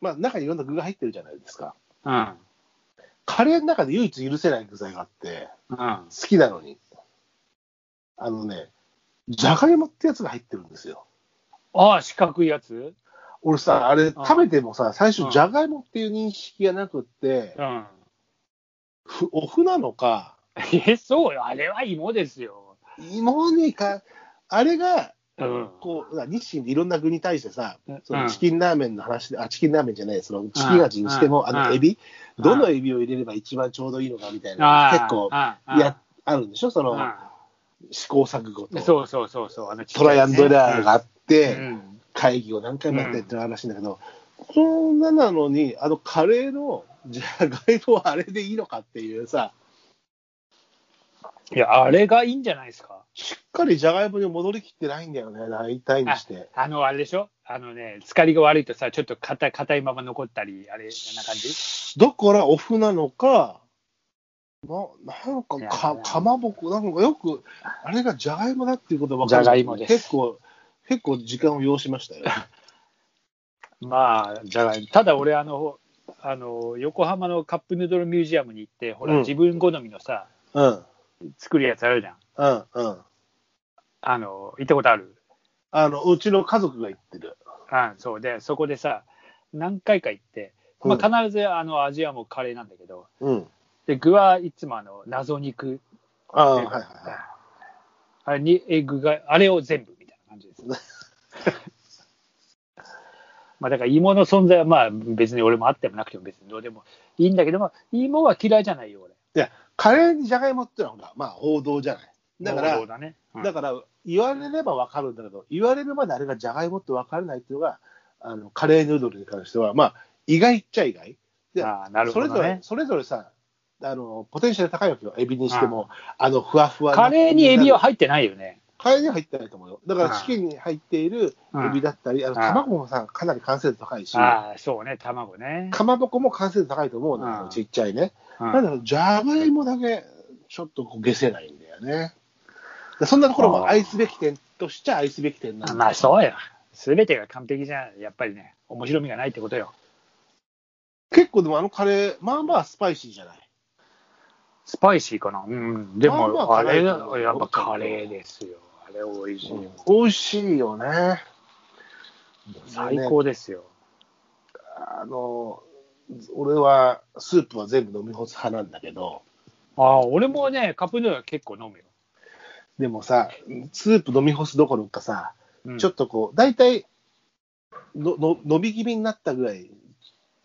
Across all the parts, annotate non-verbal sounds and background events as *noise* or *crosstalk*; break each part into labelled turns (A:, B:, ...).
A: まあ、中にいろんな具が入ってるじゃないですか。
B: うん。
A: カレーの中で唯一許せない具材があって、
B: うん。
A: 好きなのに。あのね、じゃがいもってやつが入ってるんですよ。
B: ああ、四角いやつ
A: 俺さ、あれ食べてもさ、最
B: う
A: 初
B: ん
A: じゃがいもっていう認識がなくって
B: う、ん。
A: ふお麩なのか、
B: え、そうよ。あれは芋ですよ。
A: 芋にか、あれが、
B: うん。
A: こう、日清でいろんな具に対してさ、そうの
B: ん
A: チキンラーメンの話で、あ、チキンラーメンじゃない、そのチキン味にしても、
B: う
A: あ
B: ん
A: のエビ、
B: うん
A: どのエビを入れれば一番ちょうどいいのかみたいな
B: あ、あ
A: 結構
B: ああ
A: や、あるんでしょ、その
B: あ
A: 試行錯誤
B: あ
A: と、
B: そうそうそうそう。あの
A: トライアンドエラーがあっ
B: う
A: て、
B: ん。
A: 会議を何回もやってっていう話なんだけど、そんななのに、あのカレーのじゃがいもはあれでいいのかっていうさ、
B: いや、あれがいいんじゃないですか。
A: しっかりじゃがいもに戻りきってないんだよね、大体にして。
B: あの、あれでしょあのね、疲れが悪いとさ、ちょっと硬い、硬いまま残ったり、あれ、な感じ
A: だからお麩なのか、ななんか
B: いや
A: かかまぼこ、なんかよく、あれがじゃがいもだっていうことが分
B: じゃがいもです
A: 結構、結構時間を要しましたよ。 *laughs*
B: まあ、じゃがいもただ俺、あの、あの、横浜のカップヌードルミュージアムに行って、ほら、
A: うん
B: 自分好みのさ、
A: うん、
B: 作るやつあるじゃん。
A: うん、うん。
B: あの、行ったことある
A: あの、うちの家族が言ってる。
B: あそうで、そこでさ、何回か行って、ま
A: うん
B: あ、必ずあのアジアもカレーなんだけど、
A: うん。
B: で具はいつもあの謎肉
A: ああ、
B: あ
A: はいはいはい。
B: あれにえ具があれを全部みたいな感じ
A: *laughs*
B: です。まあだから芋の存在はまあ別に俺もあってもなくても別にどうでもいいんだけども、芋は嫌いじゃないよ俺。
A: いや、カレーにじゃがいもってのはほら、まあ、王道じゃない。だか
B: 王道
A: ら、
B: だね。うん
A: だから、言われれば分かるんだけど、言われるまであれがじゃがいもって分からないっていうのが、あのカレーヌードルに関しては、まあ、意外っちゃ意外。で
B: ああなる
A: そ
B: ほ
A: れ
B: ど
A: ぞれ
B: ね、。
A: それぞれさ、あの、ポテンシャル高いわけよ。エビにしても、あの、ふわふわな。
B: カレーにエビは
A: 入
B: 入ってないよね。
A: カレーには入ってないと思うよ。だか
B: うん
A: ら、チキンに入っているエビだったり、あの、
B: うん
A: 卵もさ、かなり完成度高いし、
B: ああ、そうね、卵ね。
A: かまぼこも完成度高いと思うの
B: う
A: よ
B: ん、
A: ちっちゃいね。
B: うん
A: なんだろう、じゃがいもだけ、ちょっとこう、下せないんだよね。そんなところも愛すべき点としちゃ愛すべき点なんだ
B: まあそうよ。すべてが完璧じゃ、やっぱりね、面白みがないってことよ。
A: 結構でもあのカレー、まあまあスパイシーじゃない。
B: スパイシーかな。うん。で
A: まあ
B: も、
A: まあ
B: あれ、
A: 辛いけど
B: やっぱカレーですよ。あれ、美味しいよ。
A: 美味しいよね。
B: 最高ですよ。
A: あの、俺はスープは全部飲み干す派なんだけど、
B: ああ、俺もね、カップヌードル結構飲むよ。
A: でもさ、スープ飲み干すどころかさ、
B: うん
A: ちょっとこう、大体のの、飲み気味になったぐらい、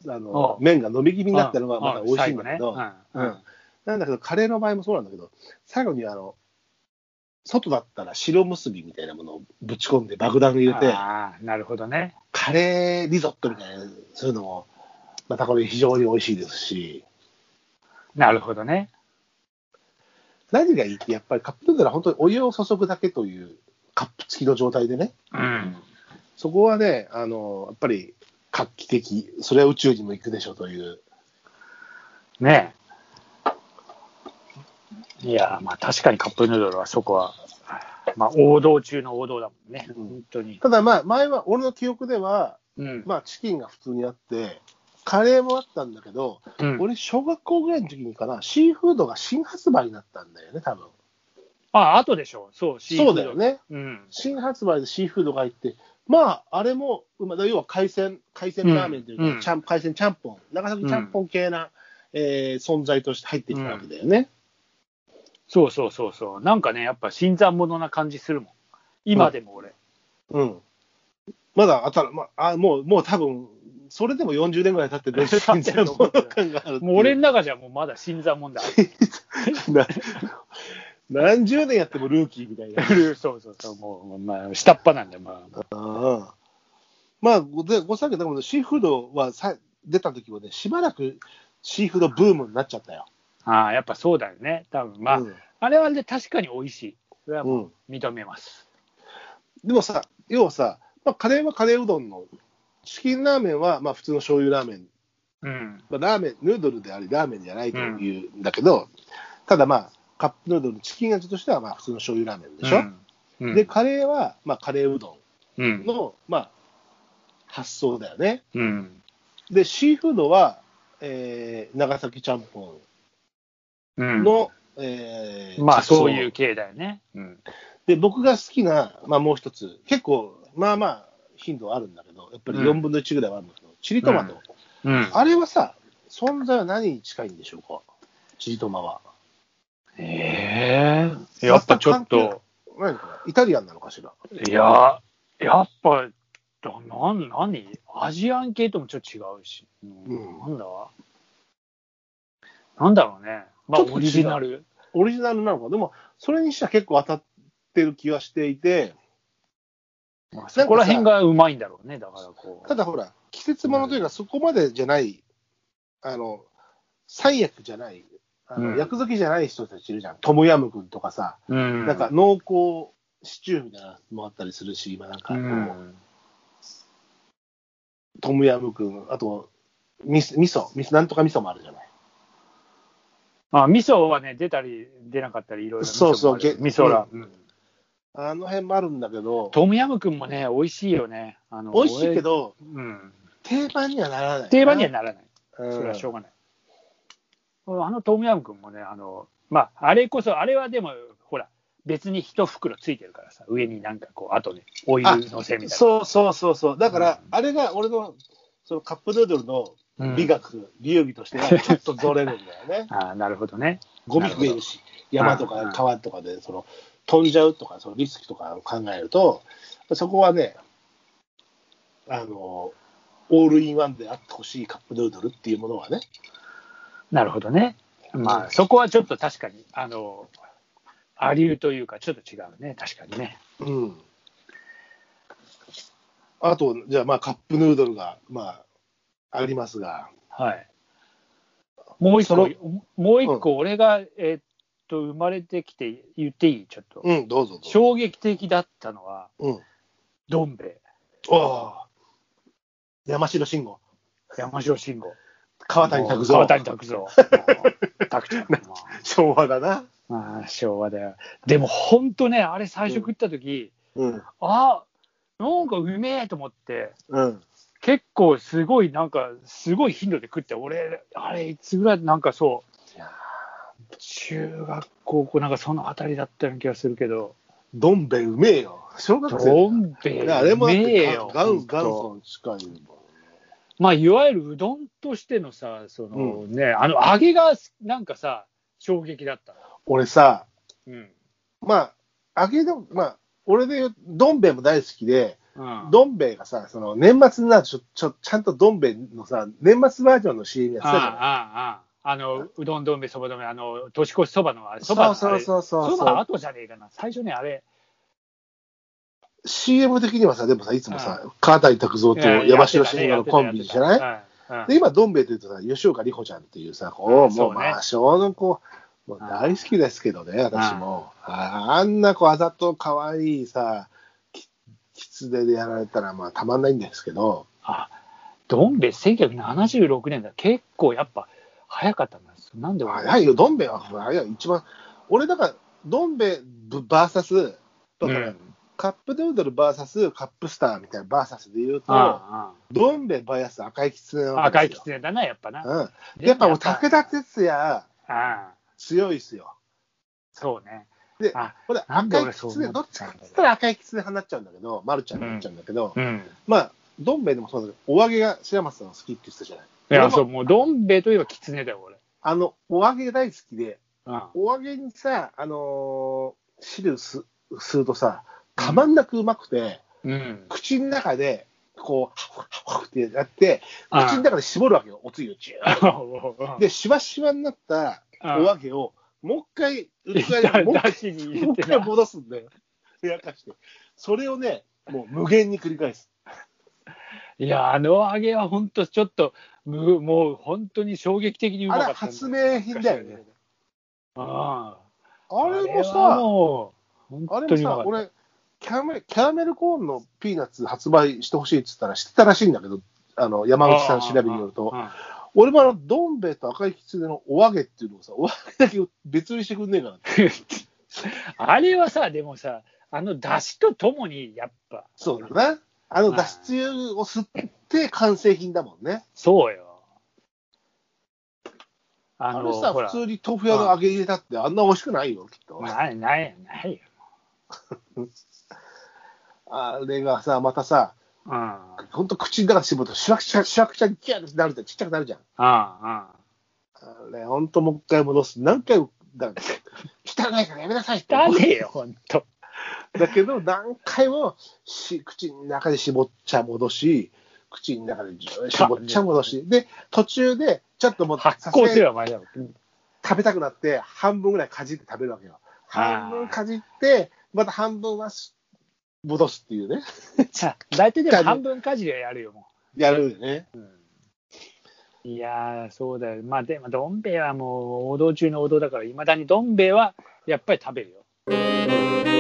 A: あの
B: ああ
A: 麺が飲み気味になったのがまた美味しいんだけ
B: う
A: ど、
B: 最後ねうん
A: うんなんだけど、カレーの場合もそうなんだけど、最後にあの、外だったら白結びみたいなものをぶち込んで爆弾入れて、
B: ああ、なるほどね。
A: カレーリゾットみたいな、そういうのも、またこれ非常に美味しいですし、
B: なるほどね。
A: 何がいいって、やっぱりカップヌードルは本当にお湯を注ぐだけという、カップ付きの状態でね、
B: うん。
A: そこはね、あの、やっぱり画期的、それは宇宙にも行くでしょという、
B: ねえ。いや、まあ確かにカップヌードルはそこは、まあ王道中の王道だもんね。
A: うん
B: 本当に。
A: ただまあ、前は、俺の記憶では、
B: うん。
A: まあ、チキンが普通にあって、カレーもあったんだけど、
B: うん
A: 俺、小学校ぐらいの時にかな、シーフードが新発売になったんだよね、多分
B: ああ、後でしょ。そう、シーフー
A: そ
B: ド
A: うだよ。ね。
B: うん。
A: 新発売でシーフードが入って、まあ、あれも、まあ、要は海鮮、海鮮ラーメンというか、
B: うん
A: ちゃん海鮮ちゃんぽん、長崎ちゃんぽん系な、えー存在として入ってきたわけだよね。
B: そうそうそうそう。なんかね、やっぱ新参者な感じするもん。今でも俺。
A: うん。まだ当たる、まあ、あもう、もう多分、それでも40年ぐらい経ってる新鮮なもの感があるってい
B: もう俺の中じゃもうまだ新参者だ。
A: *laughs* な何十年やってもルーキーみたいな。
B: *laughs* そうそうそう。もう、まあ、下っ端なんだよ、まあ。
A: うんまあ、ごでごさんけど、シーフードはさ出た時はね、しばらくシーフードブームになっちゃったよ。
B: ああ、やっぱそうだよね。多分まあ、
A: うん
B: あれはね、確かに美味しい。それはも
A: うん
B: う認めます。
A: でもさ、要はさ、まあ、カレーはカレーうどんの、チキンラーメンはまあ普通の醤油ラーメン、
B: うん。
A: まあ、ラーメン、ヌードルであり、ラーメンじゃないというんだけど、ただまあ、カップヌードルのチキン味としてはまあ普通の醤油ラーメンでしょ。
B: うん
A: で、カレーはまあカレーうど
B: うんん。
A: の、まあ、発想だよね。
B: うん。
A: で、シーフードは、えー、長崎ちゃんぽ
B: うん
A: んの、えー
B: まあ、そう
A: う
B: いう系だよね。うん。
A: で、僕が好きな、まあもう一つ、結構、まあまあ、頻度はあるんだけど、やっぱり
B: うん
A: 4分の1ぐらいはあるんだけど、チリトマト。
B: うん、
A: *laughs* あれはさ、存在は何に近いんでしょうかチリトマは。
B: ええやっぱちょっ
A: 全く関
B: と、
A: 何これイタリアンなのかしら
B: いや、やっぱ、だなん何アジアン系ともちょっと違うし。
A: ん
B: なんだなんだろうね。まあ、
A: ちょっと違う
B: オリジナル。
A: オリジナルなのか。でも、それにしては結構当たってる気はしていて、
B: まあ、そこら辺がうまいんだろうね。だからこう。
A: ただほら、季節ものというか、そこまでじゃない、あの、最悪じゃない、あの
B: うん
A: 薬好きじゃない人たちいるじゃん。トムヤム君とかさ、
B: うん、
A: なんか濃厚シチューみたいなのもあったりするし、今なんか
B: う
A: こう、
B: ん、
A: トムヤム君、あと、味噌、味噌、味噌、なんとか味噌もあるじゃない。
B: まあ、味噌はね、出たり出なかったり、いろいろ。
A: そうそうげ
B: 味噌ら、うん。
A: あの辺もあるんだけど、
B: トムヤムくんもね、美味しいよね。あの
A: 美味しいけ、ど、
B: 俺うん。
A: 定番にはならない。
B: 定番にはならない。
A: うん
B: それはしょうがない。あのトムヤム君もね、あの、まあ、あれこそ、あれはでも、ほら、別に一袋ついてるからさ、上になんかこう、あとね、オイルのせみたい
A: そうそうそうそう。だから、
B: うん
A: あれが俺のそのカップヌードルの
B: な。うん。
A: 美学、流儀としてはちょっとずれるんだよね
B: *laughs* ああ、なるほどね。
A: ゴミ増えるし、
B: なる
A: 山
B: ほ
A: と
B: ど
A: か川とかでその飛んじゃうとか、そのリスクとかを考えると、そこはね、あの、オールインワンであってほしいカップヌードルっていうものはね、
B: なるほどね。まあ、そこはちょっと確かに、あの、ありうというか、ちょっと違うね、確かにね。
A: うん。あと、じゃあまあカップヌードルが、まあ、ありますが、
B: はい。もう一
A: そ
B: 個、
A: の
B: もう一個、俺が、えーっと、生まれてきて言っていいちょっと。
A: うん、どうぞどうぞ。
B: 衝撃的だったのは、
A: うん。
B: どん兵衛、
A: おお。山城慎吾。
B: 山城信吾。
A: 川谷拓
B: 川
A: 三。
B: 谷拓三。もう拓ちゃん。も
A: 昭和だな。
B: うまあ、昭和だよ。でも、本当ね、あれ最初食った時、
A: うん。
B: あなんかうめえと思って、
A: うん。
B: 結構すごい、なんか、すごい頻度で食って、俺、あれ、いつぐらい、なんかそう、中学高校、なんかそのあたりだったような気がするけど、
A: どん兵衛うめえよ。小学生。
B: どん兵衛、
A: ねあれも
B: う
A: だっ
B: めえ
A: て
B: よ。
A: ガン
B: ほんと
A: 元祖に近いもんね。
B: まあ、いわゆるうどんとしてのさ、そのね、あの揚げがなんかさ、衝撃だった。
A: 俺さ、
B: うん。
A: まあ、揚げの、まあ、俺で言う、どん兵衛も大好きで、
B: うん、
A: どん兵衛がさ、その年末になるとちょ、ちょ、ちゃんとどん兵衛のさ、年末バージョンの CM やって
B: あ
A: た
B: あ
A: じゃ
B: あ
A: ん。
B: あああの、うどんどんべそばどんべ、あの、年越しそばのあれ、そばの
A: そ
B: あ
A: う
B: れ
A: そうそうそう
B: そば
A: そ
B: 後じゃねえかな。最初ね、あれ。
A: う。CM 的にはさ、でもさ、いつもさ、川谷拓三と山城慎吾のコンビじゃない
B: ない
A: で、今、どん兵衛というとさ、吉岡里帆ちゃんっていうさ、こう、も
B: そう
A: う、
B: ね
A: まあ、小の子、もう大好きですけどね、私も。ああんな子、あざと可愛いさ、ききつねでやられたら、まあ、たまんないんですけど、
B: あ、どんべ1976年だ。結構やっぱ早かったんです。なんで俺
A: 早いよ、どん兵衛は、早い一番、俺、だから、どん兵衛ぶバーサス、だから、
B: うん
A: カップヌードルバーサスカップスターみたいなバーサスで言うと、
B: あ
A: どん兵衛バイアス赤いきつねな
B: あ
A: わけ
B: 赤い
A: ですよ
B: 狐だな、やっぱな。
A: うん。やっぱもう、武
B: や
A: 田
B: っ
A: 鉄矢、
B: ぱああ、
A: 強いっすよ。
B: そうね。
A: で
B: あ、
A: これ
B: なんで
A: 赤
B: 俺
A: い
B: そう
A: 狐
B: 思ったん
A: ど
B: だ
A: っちかって言ったら赤い狐派になっちゃうんだけど、丸ちゃんになっちゃうんだけど、
B: うん。
A: まあ、どん兵衛でもそうだけど、お揚げが白松さんが好きって言ってたじゃない。
B: いや、そう、もう、どん兵衛といえば狐だよ、俺。
A: あの、お揚げ大好きで、
B: うん。
A: お揚げにさ、あのー汁すするとさ、たまんなくうまくて、
B: うん。
A: 口の中で、こう、ハフハフってやって、口の中で絞るわけよ、おつゆをジュー
B: あ
A: で、しわしわになったお揚げを、もう一回、器に、
B: で、
A: もう一回
B: だしに入
A: も
B: れ
A: う
B: て
A: 一回
B: な。
A: 戻すんだよ。ふやかして。それをね、もう無限に繰り返す。
B: いや、あの揚げは本当ちょっと、むもう本当に衝撃的にう
A: あ
B: ま
A: れ
B: かった。
A: 発。明品だよね。
B: ああ。
A: あれも
B: あは
A: さ、
B: もう、
A: あ
B: 本
A: れ
B: 当
A: も
B: にうま
A: さ
B: か、った。
A: 俺、キャラメル、キャラメルコーンのピーナッツ発売してほしいっつったら知ってたらしいんだけど、あの、山口さん調べによると、
B: あ
A: 俺もあの、どん兵衛と赤いきつねのお揚げっていうのをさ、お揚げだけ別売りしてくんねえかなって。
B: あれはさ、でもさ、あの出汁とともに、やっぱ、
A: そうだな。あの、脱出を吸っって完成品だもんね。
B: そうよ。あ
A: あ
B: の、
A: れさ、
B: ほら、
A: 普通に豆腐屋の揚げ入れたってあんな美味しくないよ、きっと。
B: ない、ない、ないよ。
A: あれがさ、またさ、
B: うん。うん、
A: ほんと口の中絞ると、シュワクシュワシュワクシュワギャーってなるじゃん。ちっちゃくなるじゃん。
B: うん。
A: あれ、ほんともう一回戻す。何回も、だ汚いからやめなさいって。
B: だねよ、ほんと。
A: だけど、何回もし口の中で絞っちゃ戻し、口の中でジュー絞っちゃ戻し、で、途中で、ちょっともう、
B: 発酵すれ
A: さ
B: ば間
A: *laughs*
B: に合う。
A: すがに食べたくなって、半分ぐらいかじって食べるわけよ。半分かじって、また半分はし戻すっていうね。
B: じゃあ大体でも半分かじりはやるよ、も
A: やるよね。
B: う。うん、いやー、そうだよ。まあ、でも、どん兵衛はもう王道中の王道だから、いまだにどん兵衛はやっぱり食べるよ。